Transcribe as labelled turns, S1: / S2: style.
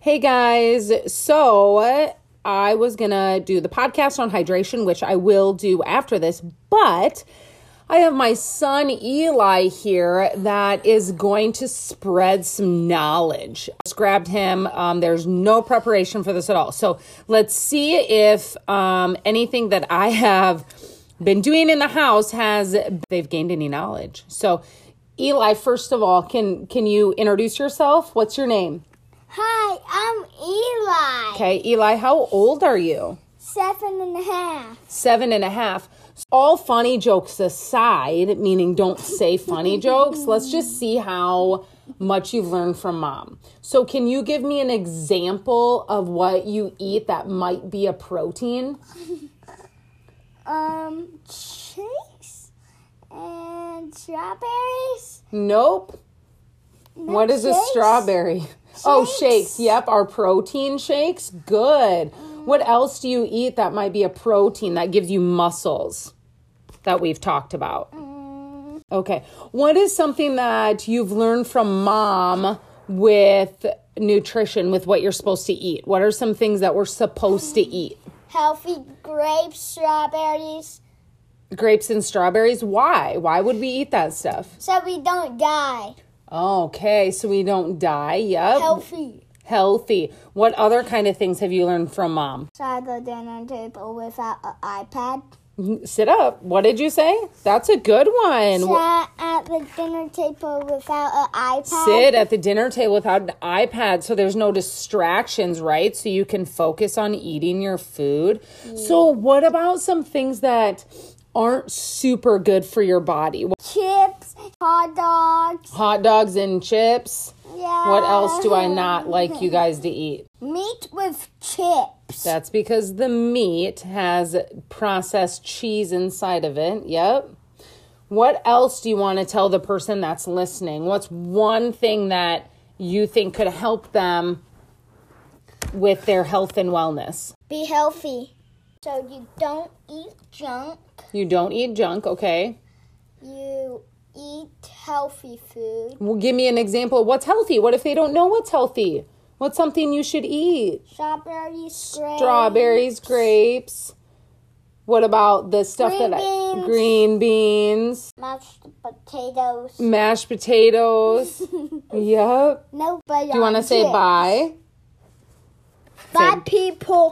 S1: Hey guys, so uh, I was gonna do the podcast on hydration, which I will do after this, but I have my son Eli here that is going to spread some knowledge. I just grabbed him. Um, there's no preparation for this at all. So let's see if um, anything that I have been doing in the house has they've gained any knowledge. So Eli, first of all, can can you introduce yourself? What's your name?
S2: Hi, I'm Eli.
S1: Okay, Eli, how old are you?
S2: Seven and a half.
S1: Seven and a half. All funny jokes aside, meaning don't say funny jokes, let's just see how much you've learned from mom. So, can you give me an example of what you eat that might be a protein?
S2: Um, cheese and strawberries.
S1: Nope. What is a
S2: Milkshakes?
S1: strawberry? Oh, shakes.
S2: Shakes.
S1: Yep, our protein shakes. Good. What else do you eat that might be a protein that gives you muscles that we've talked about?
S2: Mm,
S1: Okay. What is something that you've learned from mom with nutrition, with what you're supposed to eat? What are some things that we're supposed to eat?
S2: healthy grapes, strawberries,
S1: Grapes and strawberries. Why? Why would we eat that stuff?
S2: so we don't die.
S1: Okay, so we don't die. Yep.
S2: Healthy.
S1: Healthy. What other kind of things have you learned from mom?
S2: So I go down on table without an iPad.
S1: Sit up. What did you say? That's a good one.
S2: Sat at the dinner table without an iPad.
S1: sit at the dinner table without an iPad so there's no distractions, right? So you can focus on eating your food. So, what about some things that aren't super good for your body?
S2: Chips, hot dogs.
S1: Hot dogs and chips.
S2: Yeah.
S1: What else do I not like you guys to eat?
S2: Meat with chips.
S1: That's because the meat has processed cheese inside of it. Yep. What else do you want to tell the person that's listening? What's one thing that you think could help them with their health and wellness?
S2: Be healthy. So you don't eat junk.
S1: You don't eat junk, okay?
S2: You eat healthy food.
S1: Well, give me an example. What's healthy? What if they don't know what's healthy? What's something you should eat?
S2: Strawberries, grapes.
S1: Strawberries, grapes. What about the stuff
S2: Green
S1: that I
S2: beans.
S1: green beans,
S2: Mashed potatoes.
S1: mashed potatoes? yep.
S2: No, but Um,
S1: Do you want to say bye?
S2: Bye, people.